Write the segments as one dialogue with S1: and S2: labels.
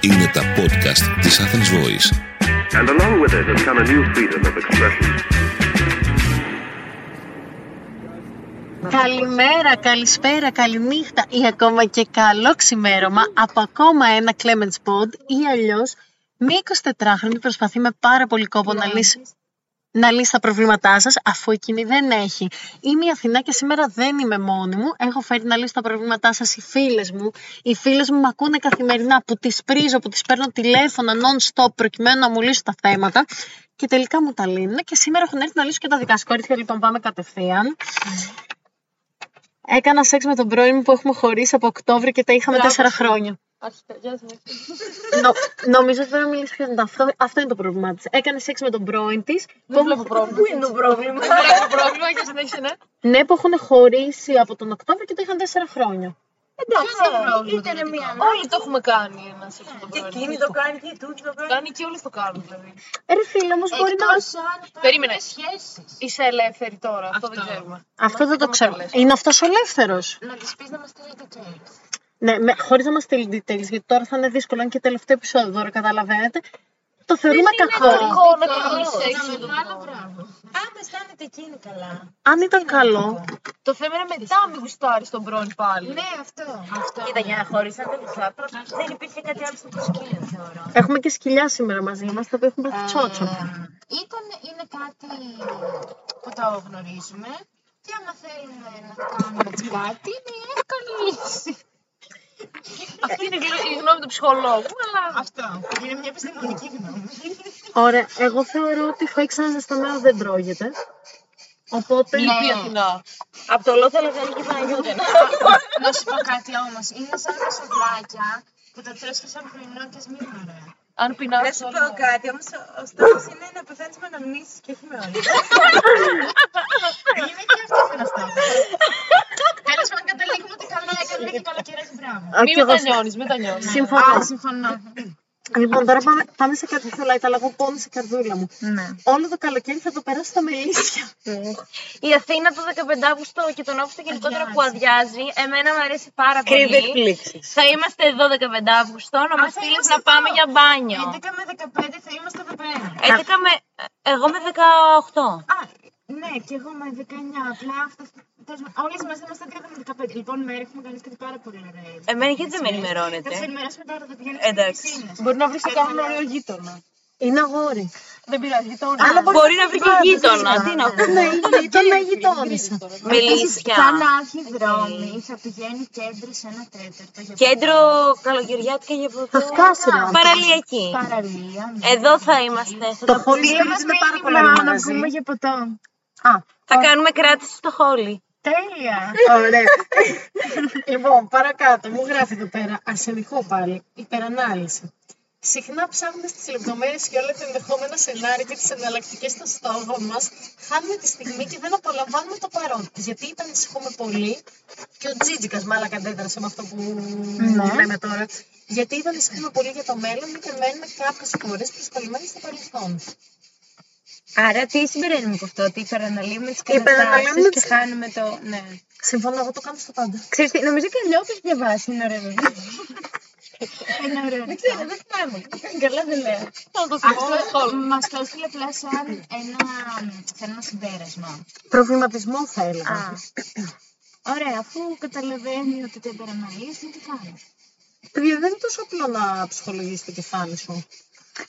S1: Είναι τα podcast της Athens Voice.
S2: And along with it has come a new freedom of expression.
S3: Καλημέρα, καλησπέρα, καληνύχτα ή ακόμα και καλό ξημέρωμα από ακόμα ένα Clemens Pod ή αλλιώς μία 24χρονη προσπαθεί με πάρα πολύ κόπο να λύσει να λύσει τα προβλήματά σας αφού εκείνη δεν έχει. Είμαι η Αθηνά και σήμερα δεν είμαι μόνη μου. Έχω φέρει να λύσω τα προβλήματά σας οι φίλες μου. Οι φίλες μου με ακούνε καθημερινά που τις πρίζω, που τις παίρνω τηλέφωνα non-stop προκειμένου να μου λύσουν τα θέματα. Και τελικά μου τα λύνουν και σήμερα έχουν έρθει να λύσουν και τα δικά σας. Κορίτσια, λοιπόν, πάμε κατευθείαν. Έκανα σεξ με τον πρώην μου που έχουμε χωρίσει από Οκτώβριο και τα είχαμε
S4: Μπράβο
S3: τέσσερα
S4: σου.
S3: χρόνια.
S4: Αρχικά, γεια σας.
S3: Νο, νομίζω ότι πρέπει να μιλήσεις πιο μετά. Αυτό, αυτό είναι το πρόβλημά της. Έκανε σεξ με τον πρώην της.
S4: Δεν βλέπω πρόβλημα.
S3: Πού είναι το πρόβλημα.
S4: Δεν βλέπω πρόβλημα και συνέχισε, ναι.
S3: ναι, που έχουν χωρίσει από τον Οκτώβριο και το είχαν τέσσερα χρόνια.
S4: Εντάξει, ήταν μία. Όλοι το έχουμε κάνει ένα σεξ με τον
S5: Και
S4: πρώην.
S5: εκείνη το κάνει και τούτη το κάνει.
S4: Κάνει και όλες το κάνουν, δηλαδή.
S3: Ε, ρε φίλε, όμως μπορεί να.
S5: αν
S4: Περίμενε.
S5: υπάρχουν σχέσεις.
S4: Είσαι ελεύθερη τώρα, αυτό δεν
S5: Αυτό.
S4: ξέρουμε.
S3: Αυτό δεν το
S4: Μα,
S3: ξέρω.
S4: καλά λες.
S3: Είναι αυτός ελεύθερος.
S5: Να της πεις να μας στείλει details.
S3: Ναι, με, χωρίς να μας στείλει details, γιατί τώρα θα είναι δύσκολο, αν και τελευταίο επεισόδιο τώρα, καταλαβαίνετε. Το θεωρούμε κακό.
S4: Κακό να κάνεις σεξ με
S5: με
S4: τον
S5: μεγάλο
S4: πρώην.
S5: πράγμα. Αν αισθάνεται εκείνη καλά.
S3: Αν ήταν καλό,
S4: Το θέμα είναι μετά μην γουστάρεις τον πρώην πάλι.
S5: Ναι, αυτό. αυτό. Κοίτα, για να χωρίσαν δεν ξέρω. Δεν υπήρχε κάτι άλλο στο σκύλο, θεωρώ.
S3: έχουμε και σκυλιά σήμερα μαζί μας, τα οποία έχουν πάθει
S4: Ε.
S3: τσότσο.
S5: Ήταν, είναι κάτι που το γνωρίζουμε και άμα θέλουμε να κάνουμε έτσι κάτι, είναι η εύκολη λύση.
S4: Αυτή είναι η γλυ- η γνώμη του ψυχολόγου, αλλά
S5: Αυτό. Είναι μια επιστημονική γνώμη.
S3: Ωραία, εγώ θεωρώ ότι φάει ξανά ζεσταμένο δεν τρώγεται. Οπότε.
S4: λυπή Αθηνά.
S5: Από το λόγο θέλω να κοιτάει Να σου πω κάτι όμως. Είναι σαν τα σοβλάκια που τα τρως και σαν πρωινό και σμίγμα, ρε.
S4: Αν
S5: Να
S4: πεινάς
S5: σου
S4: όλα.
S5: πω κάτι όμως. Ο στόχος είναι να πεθάνει με αναμνήσεις και όχι με όλα. Είναι και αυτό ένα στόχο. Τέλο πάντων, καταλήγουμε ότι καλά έκανε και καλοκαιρέ μπράβο.
S3: Α,
S4: Μην
S3: και εγώ
S4: μετανιώνεις, μετανιώνεις.
S3: Συμφωνώ.
S5: συμφωνώ.
S3: Λοιπόν, τώρα πάμε, πάμε σε κάτι που αλλά εγώ πόνισα η καρδούλα μου.
S5: Ναι.
S3: Όλο το καλοκαίρι θα το περάσω στα μελίσια.
S6: Η Αθήνα το 15 Αύγουστο και τον Αύγουστο γενικότερα που αδειάζει, εμένα μου αρέσει πάρα πολύ.
S3: εκπλήξεις.
S6: Θα είμαστε εδώ 15 Αύγουστο να μας
S5: θα
S6: στείλεις
S5: είμαστε
S6: να πάμε
S5: εδώ.
S6: για μπάνιο. Ε,
S5: 11 με 15 θα είμαστε εδώ πέρα.
S6: 11 με. Εγώ με 18.
S5: Α, ναι, και εγώ με 19. Απλά αυτό. Όλες μας είμαστε 11 με 15. Λοιπόν, μέρα έχουμε κάνει κάτι πάρα πολύ ωραίο.
S6: Εμένα γιατί δεν με
S5: Θα σε
S6: ενημερώνετε.
S5: ενημερώσουμε τώρα, θα πηγαίνει.
S6: Ναι. Εντάξει.
S4: Μπορεί να βρεις και κάποιον ωραίο γείτονα.
S3: Είναι αγόρι.
S4: Δεν πειράζει, γείτονα.
S3: Αλλά
S6: Μπορεί να βρει και γείτονα. Τι να πω.
S3: Ναι, ήταν να γειτόνισα.
S5: Σαν
S6: Μιλήσια.
S5: άρχη δρόμοι, θα πηγαίνει κέντρο σε ένα τέταρτο. για
S6: Κέντρο καλοκαιριάτικα για
S3: Θα
S6: ποτέ.
S3: σκάσει ρε.
S6: Παραλιακή.
S5: Παραλία. ναι.
S6: Εδώ θα είμαστε. Θα,
S3: Το
S6: τα-
S3: χόλι είναι πάρα πολύ ωραίο
S5: να
S3: μαγαζί.
S5: πούμε για ποτό.
S3: Α,
S6: θα κάνουμε κράτηση στο χόλι.
S5: Τέλεια.
S3: Ωραία. λοιπόν, παρακάτω. Μου γράφει εδώ πέρα αρσενικό πάλι. Υπερανάλυση. Συχνά ψάχνοντας τις λεπτομέρειες και όλα τα ενδεχόμενα σενάρια και τις εναλλακτικές στο στόμα μας, χάνουμε τη στιγμή και δεν απολαμβάνουμε το παρόν. Γιατί ήταν ανησυχούμε πολύ και ο Τζίτζικας μάλλον κατέδρασε με αυτό που λέμε τώρα. Γιατί ήταν ανησυχούμε πολύ για το μέλλον και μένουμε κάποιες φορές προσκολλημένοι στο παρελθόν.
S5: Άρα τι συμπεραίνουμε από αυτό, ότι υπεραναλύουμε τις
S3: Υπεραναλύουμε
S5: καταστάσεις και
S3: τις-
S5: χάνουμε το... Ναι.
S3: Συμφωνώ, εγώ το κάνω στο πάντα.
S5: Ξέρεις τι, νομίζω και λέω όπως διαβάσει, είναι ωραίο. Είναι ωραίο. Δεν ξέρω, δεν θυμάμαι. Καλά δεν λέω. Αυτό μας το έστειλε απλά σαν ένα, σαν ένα συμπέρασμα.
S3: Προβληματισμό θα έλεγα.
S5: Ωραία, αφού καταλαβαίνει ότι το υπεραναλύεις, τι κάνεις.
S3: Παιδιά, δεν είναι τόσο απλό να ψυχολογήσει το κεφάλι σου.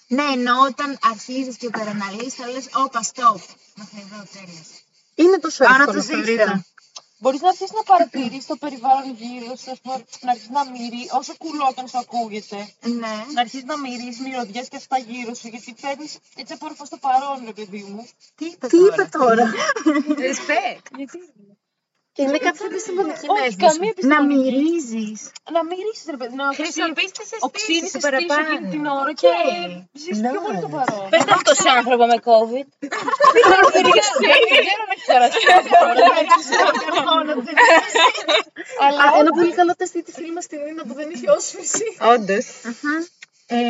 S5: Ναι, ενώ όταν αρχίζεις και υπεραναλύεις, θα λε: Όπα, stop. Να θα εδώ τέλο.
S3: Είναι τόσο
S5: Άρα
S3: εύκολο
S5: το
S3: θεωρείτε.
S5: ζήτησα.
S4: Μπορεί ε. να αρχίσεις να παρατηρείς το περιβάλλον γύρω σου, ας πούμε, να αρχίσεις να μυρίζει, όσο κουλόταν σου ακούγεται,
S5: Ναι.
S4: να αρχίσεις να μυρίζεις μυρωδιές και αυτά γύρω σου, γιατί παίρνεις έτσι απόρροφα στο παρόν, ρε παιδί μου.
S3: Τι είπες τώρα.
S5: Respect.
S3: Είναι κάποια επιστημονική
S4: Όχι, καμία
S5: Να
S4: επιστήμη.
S5: μυρίζεις.
S4: Να μυρίσει, ρε παιδί μου.
S5: Χρησιμοποιήστε σε
S4: Οξύνει
S5: στήριξη
S4: παραπάνω
S5: παραπάνω.
S4: εκείνη την ώρα και ζεις
S3: Ναι.
S4: πιο πολύ το παρόν.
S6: Πες αυτό σε άνθρωπο με COVID.
S4: Δεν ξέρω αν έχει περάσει κάτι Ε,
S3: Αλλά ένα πολύ καλό τεστ για τη φίλη μας την Νίνα που δεν είχε όσφυση. Όντω.
S5: Ε,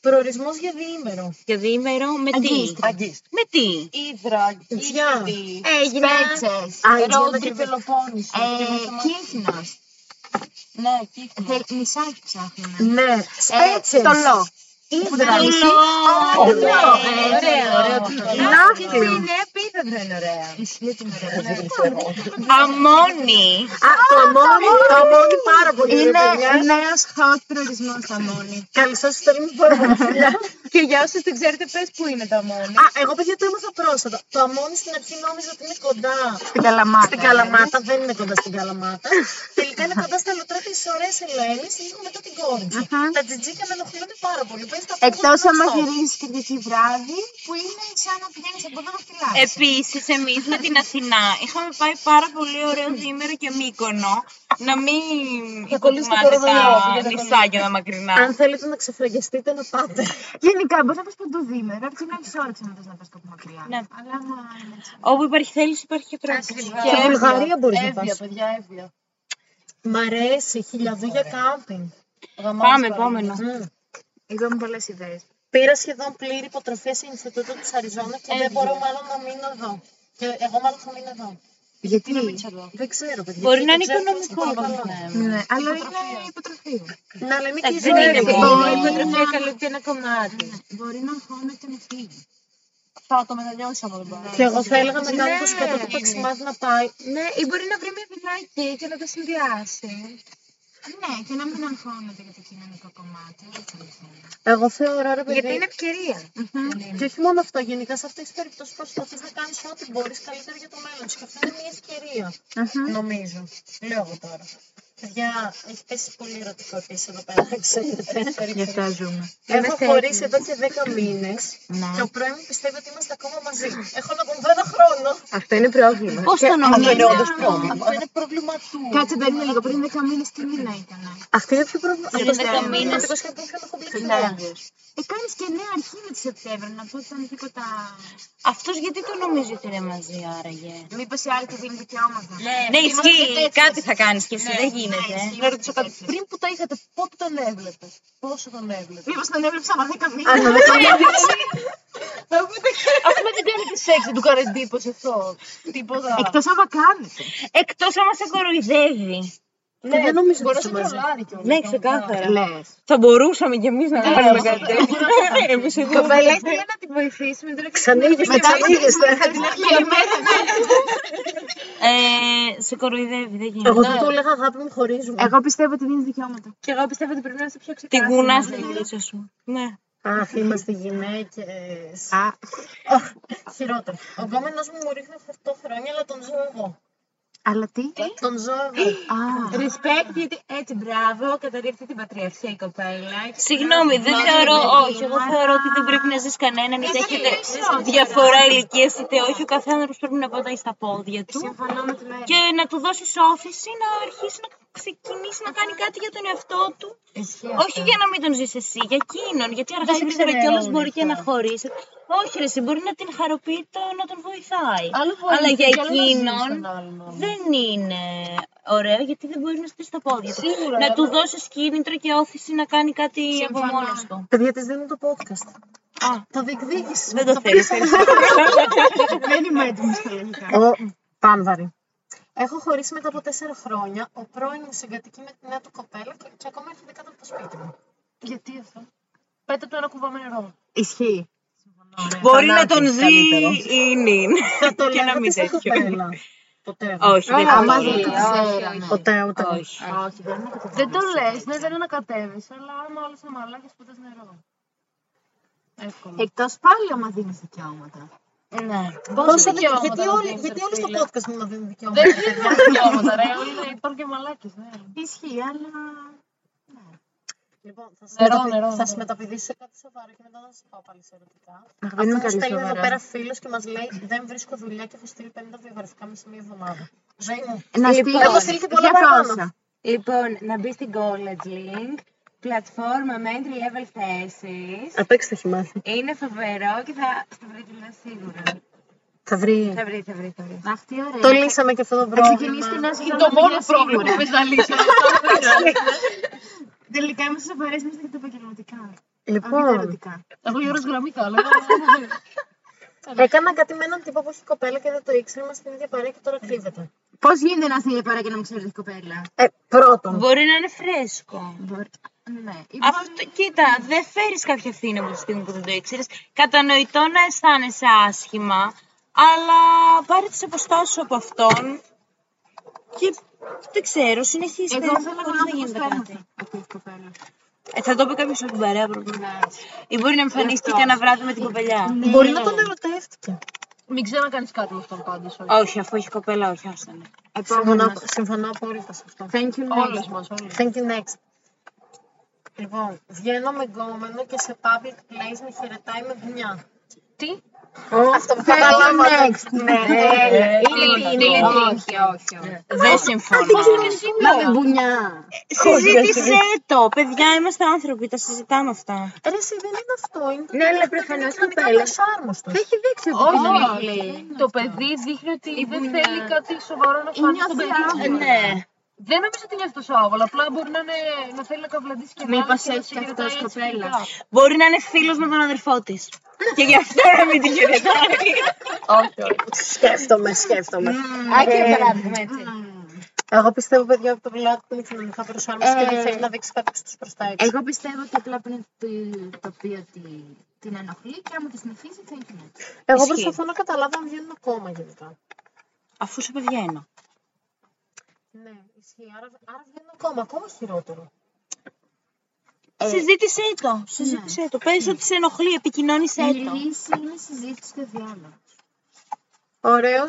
S5: προορισμός για διήμερο.
S6: Για διήμερο με τι.
S5: Αγκίστρια.
S7: Αγκίστρια.
S6: Με τι.
S4: Ήδρα,
S5: Γεια.
S4: Ήδη.
S6: Έγινε.
S5: Σπέτσες.
S4: Ρόντρι
S5: Ε,
S4: Πελοπόννησο.
S5: Κύκνας.
S4: Ναι, κύκνη.
S5: Θε- Ε, Μισάκι ψάχνουμε.
S3: Ναι. Σπέτσες.
S5: Ε, το λό.
S3: Ήδρα. Ε, ναι,
S5: Ωραία, ωραία.
S3: Νάφλιο.
S5: Είναι επίπεδο είναι ωραία.
S6: Αμόνι.
S3: Α, το αμόνι, το αμόνι πάρα πολύ
S5: Είναι
S3: είναι. παιδιά.
S5: νέος hot προορισμός τα μόνη.
S3: Καλή σας στέλνουμε πάρα πολύ φιλιά.
S5: Και για όσους δεν ξέρετε πες που είναι τα μόνη.
S3: Α, εγώ παιδιά το έμαθα πρόσφατα. Το αμόνι στην αρχή νόμιζα ότι είναι κοντά
S5: Στην Καλαμάτα.
S3: στην Καλαμάτα. Δεν είναι κοντά στην Καλαμάτα. Τελικά είναι κοντά στα λουτρά της ωραίας Ελένης, λίγο μετά την Κόρινθο. Τα τζιτζίκα με ενοχλούνται πάρα πολύ. Πες τα
S5: Εκτός
S3: φούτρα
S5: άμα
S3: αυτό.
S5: γυρίσεις Κυριακή βράδυ, που είναι σαν να πηγαίνεις από εδώ να φυλάς.
S6: Επίσης, εμείς με την Αθηνά είχαμε πάει πάρα πολύ ωραίο διήμερο και μήκονο. Να μην υποτιμάτε τα νησάκια τα μακρινά.
S3: Αν θέλετε να ξεφραγιστείτε να πάτε.
S5: Γενικά μπορείς να πας παντού διήμερο, έτσι να έχεις όρεξη να πας να πας κάπου μακριά.
S6: Ναι.
S5: Αλλά άμα είναι έτσι.
S6: Όπου υπάρχει θέληση, υπάρχει και τρόπος.
S3: Και Βουλγαρία μπορείς να πας.
S4: παιδιά, έβγαια.
S3: Μ' αρέσει, χιλιαδού για κάμπινγκ.
S6: Πάμε, επόμενο.
S3: Μμμ.
S5: Είδαμε πολλές ιδέες.
S3: Πήρα σχεδόν πλήρη υποτροφία σε Ινστιτούτο της Αριζόνα και δεν μπορώ μάλλον να μείνω εδώ. Και εγώ μάλλον θα μείνω εδώ.
S5: Γιατί
S3: Δεν ξέρω, παιδιά.
S6: Μπορεί
S3: και
S6: να
S3: δεν
S6: είναι
S3: ξέρω τι
S6: οικονομικό.
S3: θα κάνω.
S5: Ναι, αλλά είναι υποτροφία.
S3: Ναι, αλλά είναι και η
S6: Δεν
S3: ζωή.
S6: είναι
S3: ρε,
S6: μόνο.
S3: παιδιά.
S6: Η υποτροφία
S5: καλύπτει ένα κομμάτι. Μπορεί να χώνεται να φύγει.
S4: Θα το μετανιώσω άμα δεν πάω.
S3: Και εγώ θα έλεγα με κάποιους κατά το παξιμάδι να πάει.
S5: Ναι, ή μπορεί να βρει μια φυλακή και να το συνδυάσει. Ναι, και να μην αγχώνεται για το κοινωνικό κομμάτι.
S3: Εγώ θεωρώ, ρε
S5: Γιατί
S3: παιδί,
S5: είναι ευκαιρία.
S3: και όχι μόνο αυτό, γενικά σε αυτές τις περιπτώσεις προσπαθείς να κάνεις ό,τι μπορείς καλύτερα για το μέλλον σου. Και αυτό είναι μια ευκαιρία, νομίζω. Λέω εγώ τώρα. Παιδιά, έχει πέσει πολύ ερωτικό επίσης εδώ πέρα, να ξέρετε.
S5: Γι' αυτά ζούμε.
S3: Έχω χωρίσει εδώ και 10 μήνε και ο πρώην μου πιστεύει ότι είμαστε ακόμα μαζί. Έχω να τον δω ένα χρόνο.
S5: Αυτό είναι πρόβλημα.
S6: Πώς
S7: Αυτό
S6: το
S7: είναι
S6: νομίζετε.
S7: όντω πρόβλημα.
S4: Αυτό είναι πρόβλημα του.
S5: Κάτσε, περίμενε λίγο. Πριν 10 μήνες τι μήνα ήταν.
S3: Αυτή είναι πιο πρόβλημα.
S6: Πριν 10 μήνες.
S3: Εγώ σχεδόν δεν έχω μπλέξει.
S6: Ναι.
S5: Ε, κάνεις και νέα αρχή με τη Σεπτέμβρη, να πω ότι ήταν τίποτα...
S6: Αυτός γιατί το νομίζει ότι είναι μαζί, άραγε.
S5: Μήπως η άλλη του δίνει δικαιώματα.
S6: Ναι, ισχύει. Κάτι θα κάνεις και εσύ. Δεν
S5: ναι,
S6: γίνεται.
S5: ισχύει.
S4: Να ρωτήσω κάτι. Πριν που τα είχατε, πότε τον έβλεπες. Πόσο τον έβλεπες.
S5: Μήπως τον έβλεψα άμα 10 μήνες.
S4: Αφού δεν κάνετε σεξ, δεν του κάνει εντύπωση αυτό. Τίποτα.
S5: Εκτός άμα κάνετε.
S6: Εκτός άμα σε κοροϊδεύει.
S3: Ναι, δεν νομίζω ότι
S4: Μπορεί να
S3: είσαι
S4: σε
S3: μαζί.
S4: τρολάρει κιόλας.
S6: Ναι, ξεκάθαρα.
S5: Λες.
S6: Θα μπορούσαμε κι εμείς να κάνουμε κάτι τέτοιο. Εμείς εδώ.
S5: Κοπελάκι λέει να την βοηθήσουμε τώρα.
S3: Ξανήγεστε, ξανήγεστε.
S6: Ε, Σε κοροϊδεύει, δεν γίνεται.
S3: Εγώ δεν το έλεγα αγάπη μου, χωρίζουμε.
S5: Εγώ πιστεύω ότι δίνει δικαιώματα.
S6: Και εγώ πιστεύω ότι πρέπει να είσαι πιο ξεκάθαρη. Την κουνάς στην γλίτσα σου. Ναι.
S3: Αχ, είμαστε γυναίκες.
S5: Α,
S3: Χειρότερα. Ο γκόμενος μου μου ρίχνει 8 χρόνια, αλλά τον ζω εγώ.
S5: αλλά τι.
S3: Τον ζω εγώ.
S5: Α,
S7: Respect, γιατί έτσι μπράβο, καταρρύπτει την πατριαρχία η κοπέλα.
S6: Συγγνώμη, δεν θεωρώ, όχι, εγώ θεωρώ ότι δεν πρέπει να ζεις κανέναν, είτε έχετε διαφορά ηλικίας, είτε όχι. Ο καθένας πρέπει να πατάει στα πόδια του
S5: συμφωνώ με τη Μέρα.
S6: και να του δώσεις όφηση να αρχίσει να ξεκινήσει να κάνει κάτι για τον εαυτό του. Όχι για να μην τον ζεις εσύ, για εκείνον. Γιατί αργά ή γρήγορα κιόλας μπορεί και να χωρίσει. Όχι, ρε, εσύ, μπορεί να την χαροποιεί το να τον βοηθάει. Αλλά για εκείνον δεν είναι ωραίο γιατί δεν μπορείς να στήσει τα πόδια του. Να του δώσεις κίνητρο και όθηση να κάνει κάτι από μόνος του.
S3: Παιδιά της δίνω το podcast.
S6: Α,
S3: Το διεκδίκησες.
S6: δεν το θέλει.
S5: Δεν είμαι έτοιμη στα ελληνικά.
S3: Πάνδαρη. Έχω χωρίσει μετά από 4 χρόνια. Ο πρώην μου συγκατοικεί με τη νέα του κοπέλα και, και ακόμα έρχεται κάτω από το σπίτι μου.
S4: Γιατί αυτό. Πέτα του ένα κουβά με νερό.
S5: Ισχύει.
S6: Μπορεί να τον δει η νυν.
S3: Θα το
S6: Και να
S3: λέγατε
S6: μην
S3: στην
S6: τέτοιο.
S3: κοπέλα. Ποτέ.
S6: Όχι, δεν
S5: Άμα
S6: μπορεί.
S5: δεν το ξέρανε.
S3: Ποτέ ούτε.
S6: Όχι.
S4: Δεν το λες, ναι, δεν ανακατεύει, αλλά άμα όλο είναι μαλάκι, πέτα νερό. Εύκολα.
S5: Εκτός πάλι άμα δίνεις δικαιώματα.
S3: Πόσο δικαιώματα.
S4: δικαιώματα
S3: Γιατί
S4: να
S3: όλοι,
S4: δίνεις,
S3: γιατί
S4: ρε
S3: όλοι στο
S4: φίλε.
S3: podcast μου να δίνουν δικαιώματα.
S4: Δεν είναι δικαιώματα, ρε. όλοι Υπάρχουν και μαλάκι, ναι.
S5: Ισχύει, ε? αλλά...
S3: Λοιπόν, θα σας,
S4: Νερό,
S3: μεταπη-
S4: νερό,
S3: θα
S4: νερό.
S3: σας μεταπηδήσω σε κάτι σοβαρό και μετά θα σας πάω πάλι σε ερωτικά.
S5: Αχ,
S3: Αυτό
S5: δεν είναι
S3: μου
S5: καλή
S3: στέλνει εδώ
S5: σοβαρά.
S3: πέρα φίλος και μας λέει «Δεν βρίσκω δουλειά και έχω στείλει 50 βιογραφικά μέσα σε μία εβδομάδα». Ζωή μου.
S5: Να
S6: Λοιπόν,
S5: στείλω.
S3: έχω στείλει και πολλά
S5: Για
S3: παραπάνω.
S5: πόσα.
S7: Λοιπόν, να μπει στην College Link, πλατφόρμα με entry level θέσεις.
S3: Απ' έξω το έχει μάθει.
S7: Είναι φοβερό και θα, θα βρει δουλειά σίγουρα.
S3: Θα βρει.
S7: Θα βρει, θα βρει, θα βρει.
S5: Αχ, τι ωραία.
S3: Το λύσαμε και αυτό το
S5: Θα ξεκινήσει
S3: πρόβλημα.
S5: την άσκηση.
S4: Είναι το μόνο πρόβλημα που πες να λύσεις.
S5: Τελικά είμαστε σοβαρέ, είμαστε και τα επαγγελματικά. Όχι τα
S3: Λοιπόν,
S5: ερωτικά.
S4: Εγώ γύρω γραμμή καλά.
S3: έκανα Ε, κάτι με έναν τύπο που έχει κοπέλα και δεν το ήξερα. Είμαστε στην ίδια παρέα και τώρα κρύβεται.
S5: Πώς γίνεται να είστε για παρά και να μην ξέρετε κοπέλα.
S3: Ε, πρώτον.
S6: Μπορεί να είναι φρέσκο.
S7: Λοιπόν.
S5: Μπορεί- Ναι. Ή
S6: Αυτό, κοίτα, δεν φέρεις κάποια ευθύνη από τη στιγμή που δεν το ήξερες. Κατανοητό να αισθάνεσαι άσχημα, αλλά πάρε τις αποστάσεις σου από αυτόν και δεν ξέρω, συνεχίστε.
S5: Εγώ θέλω
S6: χωρίς
S5: να
S6: γίνεται κάτι.
S5: φαίνεται αυτή η κοπέλα. Ναι.
S6: Ε, θα το πει κάποιος από την παρέα, πρόβλημα. Ή μπορεί να
S4: Λοιπόν.
S6: εμφανίστηκε ένα βράδυ με την κοπελιά.
S4: Ναι.
S3: Μπορεί να τον ερωτεύτηκε.
S4: Μην ξανακάνεις κάτι με αυτόν πάντως.
S6: Όχι, αφού έχει κοπέλα, όχι, άστα
S4: ναι.
S6: να.
S3: Συμφωνώ, συμφωνώ απόλυτα σε αυτό.
S5: Thank you,
S4: Όλες
S5: next.
S4: μας, όλες.
S3: Thank you next. Λοιπόν, βγαίνω με γκόμενο και σε public place με χαιρετάει με μπουνιά.
S4: Τι?
S3: Αυτό που καταλάβατε.
S5: Ναι,
S6: είναι
S5: όχι, όχι. όχι.
S6: Δεν συμφωνώ.
S3: Να ναι. με μπουνιά.
S6: Συζήτησέ το, παιδιά, είμαστε άνθρωποι, τα συζητάμε αυτά.
S3: Ρε εσύ δεν είναι αυτό. Είναι
S5: Ναι, αλλά προφανώ
S3: κανονικά
S5: κοπέλα.
S3: δυσάρμοστο.
S5: Δεν έχει δείξει ότι είναι
S4: Όχι, το παιδί δείχνει ότι δεν θέλει κάτι σοβαρό να φανεί στον
S5: νιώθει
S4: παιδί.
S5: άβολα.
S6: Ναι.
S4: Ε, Δεν νομίζω ότι είναι τόσο άβολα. Απλά μπορεί να, είναι, να θέλει να καβλαντήσει και να
S5: Μήπως
S4: και να
S5: έχει
S4: σε
S5: και
S4: χαιρετάει
S5: αυτός
S4: έτσι
S5: κοπέλας.
S4: φιλικά.
S6: Μπορεί να είναι φίλος με τον αδερφό της. Και γι' αυτό να μην τη χαιρετάει.
S3: Σκέφτομαι, σκέφτομαι. Ε,
S5: Άκυρο παράδειγμα, έτσι.
S3: Εγώ πιστεύω, παιδιά, από το blog που είναι κοινωνικά προσάρμοση
S5: Ε,
S3: και δεν θέλει να δείξει κάποιο του προς τα έξω.
S5: Εγώ πιστεύω ότι απλά πριν το οποίο ότι την ενοχλεί και άμα τη συνεχίσει θα είναι.
S3: Εγώ
S6: ισχύει.
S3: προσπαθώ να καταλάβω αν βγαίνουν ακόμα γενικά.
S6: Αφού σου πηγαίνω.
S3: Ναι, ισχύει. Άρα, άρα βγαίνουν ακόμα, ακόμα χειρότερο.
S6: Συζήτησέ
S5: Ε,
S6: το.
S5: ναι.
S6: Συζήτησέ το. Πες ότι σε ενοχλεί, επικοινώνησέ
S5: Η
S6: το.
S5: λύση είναι συζήτηση και διάλογος.
S3: Ωραίος.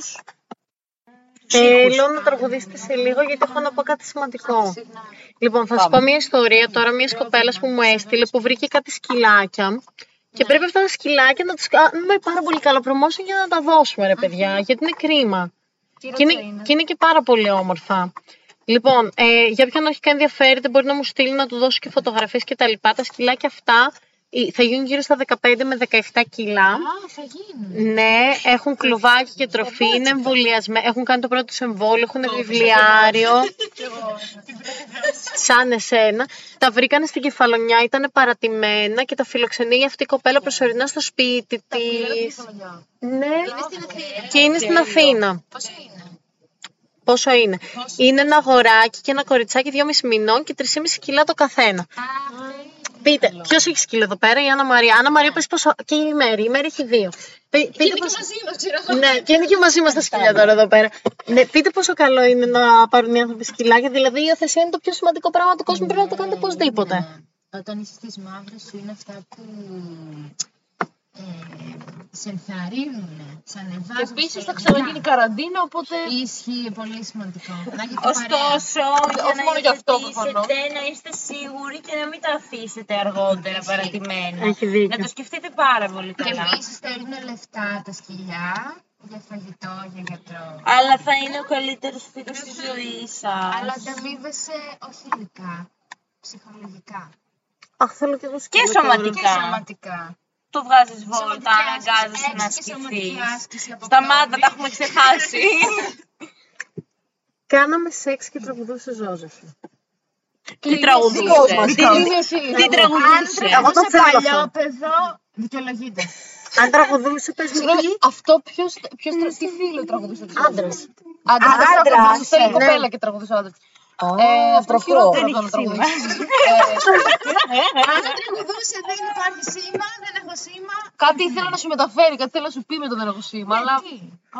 S3: Θέλω Ε, να τραγουδήσετε λίγο γιατί έχω να πω κάτι σημαντικό. Λοιπόν, θα σα πω μια ιστορία τώρα μιας κοπέλας που μου έστειλε που βρήκε κάτι σκυλάκια. Και πρέπει αυτά τα σκυλάκια να τους κάνουμε πάρα πολύ καλό promotion για να τα δώσουμε, ρε παιδιά, γιατί είναι κρίμα. Και είναι, και είναι και πάρα πολύ όπλα. Λοιπόν, ε, για όποιον αρχικά ενδιαφέρεται, μπορεί να μου στείλει να του δώσω και φωτογραφίες και τα λοιπά. Τα σκυλάκια αυτά ε, θα γίνουν γύρω στα 15 με 17 κιλά.
S5: Α, θα γίνει.
S3: Ναι, έχουν κλουβάκι και τροφή, είναι εμβολιασμένοι. Έχουν κάνει το πρώτο τους εμβόλιο, έχουν βιβλιάριο. σαν εσένα. Τα βρήκανε στην κεφαλονιά, ήταν παρατημένα και τα φιλοξενεί αυτή η κοπέλα προσωρινά στο σπίτι τη. Ναι, και είναι στην Αθήνα.
S5: Πόσο είναι.
S3: Πόσο είναι. Είναι ένα αγοράκι και ένα κοριτσάκι 2,5 μηνών και 3,5 κιλά το καθένα. Πείτε, ποιος έχει σκύλο εδώ πέρα, η Άννα Μαρία. Άννα Μαρία, πες πόσο. και η Μέρη. Η Μέρη έχει δύο. Πε- Πείτε πόσο... Ναι, και είναι και μαζί μας τα σκυλιά τώρα εδώ πέρα. Ναι, πείτε πόσο καλό είναι να πάρουν οι άνθρωποι σκυλάκια. Δηλαδή, η υιοθεσία είναι το πιο σημαντικό πράγμα του κόσμου. Πρέπει να το κάνετε οπωσδήποτε.
S5: Ε, Όταν είσαι στις μαύρες σου είναι αυτά που ε, σε ενθαρρύνουν, σε ανεβάζουν.
S4: Και επίσης θα ξαναγίνει καραντίνα, οπότε.
S5: Ισχύει, πολύ σημαντικό. Να έχετε παρέα.
S6: Ωστόσο, για
S4: όχι
S6: να
S4: μόνο γι' αυτό,
S6: υιοθετήσετε, να είστε σίγουροι και να μην τα αφήσετε αργότερα παρατημένα.
S3: Έχει δίκιο.
S6: Να το σκεφτείτε πάρα πολύ
S5: Και
S6: καλά.
S5: επίσης θέλουν λεφτά τα σκυλιά για φαγητό, για γιατρό.
S6: Αλλά θα είναι ο καλύτερος φίλος της ζωής
S5: Αλλά
S6: σα.
S5: ανταμείβεσαι όχι υλικά, ψυχολογικά
S3: Αχ, θέλω και εγώ σκύλο.
S6: Και
S3: τώρα.
S5: και
S6: σωματικά.
S5: σωματικά.
S6: Το βγάζεις βόλτα,
S5: Σωματική
S6: αναγκάζεσαι
S5: άσκηση,
S6: να
S5: έξι και
S6: σκεφτεί.
S5: σωματική άσκηση από
S6: Σταμάτα,
S5: πρώτη.
S6: τα έχουμε ξεχάσει.
S3: Κάναμε σεξ και τραγουδούσε Ζώζεφη.
S6: Τι τραγουδούσε.
S3: μας,
S6: Τι- Τι
S3: Εγώ
S6: τραγουδούσε.
S3: το
S5: Είσαι
S3: θέλω αυτό.
S5: παλιόπαιδο, δικαιολογείται.
S3: Αν τραγουδούσε, πε μου τι.
S4: Αυτό ποιος. Ποιος, τι φίλο τραγουδούσε.
S3: Άντρε.
S4: Άντρα. Άντρα. Θέλει
S3: Ναι.
S4: κοπέλα και τραγουδούσε άντρα. Αυτό χειρότερο
S6: Δεν
S4: ήταν να Ε,
S6: έχει σήμα.
S4: τραγουδήσει. ε.
S5: Αν τραγουδούσε δεν υπάρχει σήμα, δεν έχω σήμα.
S4: Κάτι ήθελα να σου μεταφέρει, κάτι θέλω να σου πει με το δεν έχω σήμα, αλλά
S5: Τι,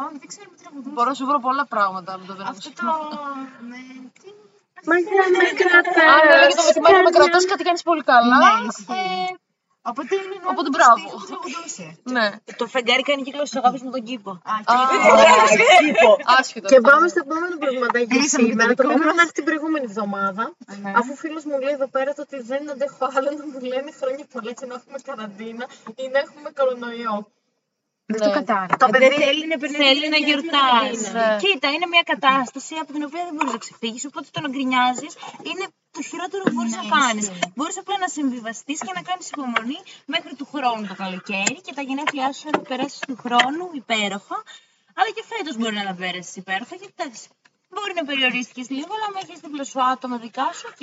S5: όχι, δεν ξέρω που τραγουδούσε.
S4: μπορώ να σου βρω πολλά πράγματα με το δεν έχω
S5: Αυτό το...
S4: σήμα.
S5: με τι...
S3: Μαγιά με κρατά.
S4: Αν έλεγε το μεθυμένο με κρατάς κάτι κάνεις πολύ καλά.
S5: Ναι, ισχύει. Οπότε είναι ένα
S4: Οπότε
S5: από τους
S4: μπράβο.
S5: στίχους που τραγουδούσε.
S4: Ναι.
S6: Το φεγγάρι κάνει κύκλο στους αγάπης με τον κήπο.
S4: Α, Άσχετο.
S3: Και
S4: αυτό.
S3: πάμε στο επόμενο προβληματάκι για
S5: Κλείσαμε και το
S3: σήμερα. Το
S5: δικό
S3: οποίο πρέπει να έρθει την προηγούμενη εβδομάδα.
S5: Ναι.
S3: Αφού ο φίλος μου λέει εδώ πέρα το ότι δεν αντέχω άλλο να μου λένε χρόνια πολλά και να έχουμε καραντίνα ή να έχουμε κορονοϊό.
S5: Δεν το κατάλαβα.
S3: Το παιδί
S6: Ε, Θέλει να γιορτάσει.
S4: Ναι.
S6: Κοίτα, είναι μια κατάσταση από την οποία δεν μπορείς να ξεφύγεις. Οπότε το να γκρινιάζεις είναι το χειρότερο που μπορείς να κάνει. Μπορείς απλά να συμβιβαστείς και να κάνεις υπομονή μέχρι του χρόνου το καλοκαίρι και τα γενέθλιά σου να περάσεις του χρόνου υπέροχα. Αλλά και φέτος μπορεί να τα πέρασες υπέροχα γιατί εντάξει. Μπορεί να περιορίστηκε λίγο, αλλά με έχει δίπλα άτομα δικά σου, οκ.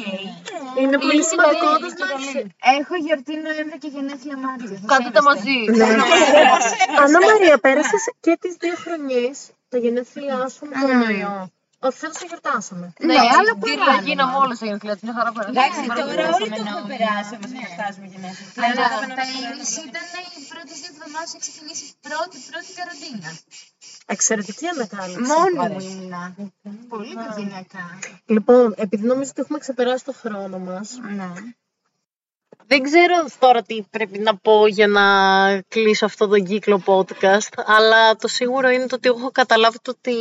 S3: Είναι πολύ σημαντικό να
S5: Έχω γιορτή Νοέμβρη και γενέθλια Μάρτιο. θα
S4: Κάντε τα
S5: σέβεστε.
S4: μαζί.
S3: Ανά Ε, Μαρία, πέρασες και τις δύο χρονιές τα γενέθλιά σου με κορονοϊό. Ότι φέτος το γιορτάσαμε.
S5: Ναι, αλλά
S4: Την
S5: παράνομα.
S4: γίναμε όλες τα γενέθλια, την χαρά περάσαμε.
S7: Εντάξει,
S4: Την
S7: τώρα
S4: παρακολουθήσαμε.
S7: όλοι το έχουμε περάσει όμως να φτάσουμε γενέθλια.
S5: Ναι. Αλλά
S7: Αλλά
S5: πέρυσι ήταν οι πρώτες δύο εβδομάδες που ξεκινήσει η πρώτη, πρώτη καραντίνα.
S3: Εξαιρετική ανακάλυψη.
S5: Μόνο μου ήμουνα. Πολύ γυναίκα.
S3: Λοιπόν, επειδή νομίζω ότι έχουμε ξεπεράσει το χρόνο μας,
S5: Ναι.
S3: δεν ξέρω τώρα τι πρέπει να πω για να κλείσω αυτό το κύκλο podcast, αλλά το σίγουρο είναι το ότι έχω καταλάβει το ότι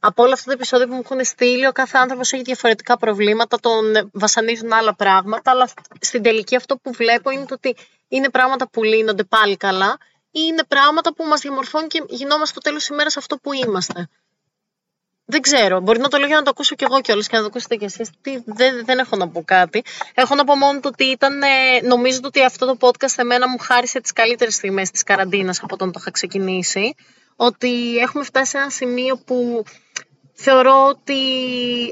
S3: από όλα αυτά τα επεισόδια που μου έχουν στείλει, ο κάθε άνθρωπος έχει διαφορετικά προβλήματα, τον βασανίζουν άλλα πράγματα, αλλά στην τελική αυτό που βλέπω είναι το ότι είναι πράγματα που λύνονται πάλι καλά ή είναι πράγματα που μας διαμορφώνουν και γινόμαστε το τέλος της ημέρας αυτό που είμαστε. Δεν ξέρω. Μπορεί να το λέω για να το ακούσω κι εγώ κιόλας και να το ακούσετε κι εσείς. Δεν, δεν έχω να πω κάτι. Έχω να πω μόνο το ότι ήταν. ε, νομίζω ότι αυτό το podcast εμένα μου χάρισε τις καλύτερες στιγμές της καραντίνας από όταν το είχα ξεκινήσει. Ότι έχουμε φτάσει σε ένα σημείο που θεωρώ ότι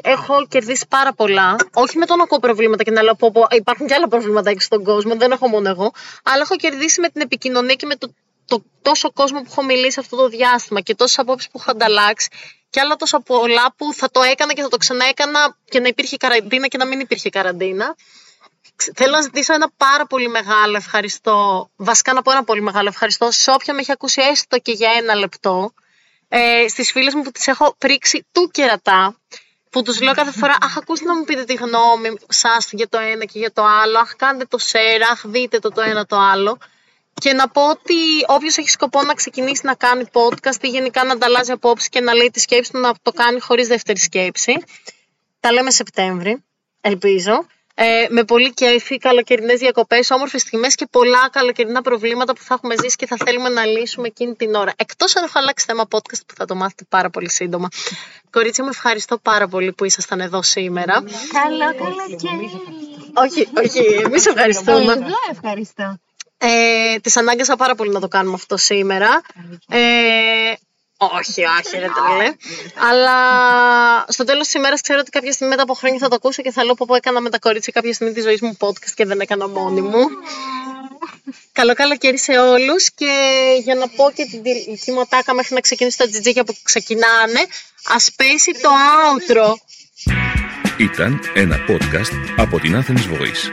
S3: έχω κερδίσει πάρα πολλά. Όχι με το να ακούω προβλήματα και να λέω πω, πω υπάρχουν και άλλα προβλήματα έξω στον κόσμο, δεν έχω μόνο εγώ. Αλλά έχω κερδίσει με την επικοινωνία και με το, το τόσο κόσμο που έχω μιλήσει αυτό το διάστημα και τόσες απόψεις που έχω ανταλλάξει και άλλα τόσα πολλά που θα το έκανα και θα το ξαναέκανα και να υπήρχε καραντίνα και να μην υπήρχε καραντίνα. Ξε- Θέλω να ζητήσω ένα πάρα πολύ μεγάλο ευχαριστώ, βασικά να πω ένα πολύ μεγάλο ευχαριστώ σε όποια με έχει ακούσει έστω και για ένα λεπτό ε, στις φίλες μου που τις έχω πρίξει του κερατά που τους λέω κάθε φορά αχ ακούστε να μου πείτε τη γνώμη σας για το ένα και για το άλλο αχ κάντε το share, αχ δείτε το το ένα το άλλο και να πω ότι όποιος έχει σκοπό να ξεκινήσει να κάνει podcast ή γενικά να ανταλλάζει απόψη και να λέει τη σκέψη του να το κάνει χωρίς δεύτερη σκέψη τα λέμε Σεπτέμβρη, ελπίζω. Ε, με πολύ κέφι, καλοκαιρινές διακοπές, όμορφες στιγμές και πολλά καλοκαιρινά προβλήματα που θα έχουμε ζήσει και θα θέλουμε να λύσουμε εκείνη την ώρα. Εκτός αν έχω αλλάξει θέμα podcast που θα το μάθετε πάρα πολύ σύντομα. Κορίτσια μου, ευχαριστώ πάρα πολύ που ήσασταν εδώ σήμερα.
S5: Καλό καλοκαίρι.
S3: όχι, όχι, εμείς ευχαριστούμε.
S5: Εγώ ευχαριστώ.
S3: Ε, τις ανάγκασα πάρα πολύ να το κάνουμε αυτό σήμερα. Ε, όχι, όχι, δεν το λέω. Αλλά στο τέλος της ημέρας ξέρω ότι κάποια στιγμή μετά από χρόνια θα το ακούσω και θα λέω πω πω έκανα με τα κορίτσια κάποια στιγμή της ζωής μου podcast και δεν έκανα μόνη μου. Καλό καλοκαίρι σε όλους και για να πω και την τελική μου ατάκα μέχρι να ξεκινήσει τα τζιτζίκια που ξεκινάνε, ας πέσει το outro.
S1: Ήταν ένα podcast από την Athens Voice.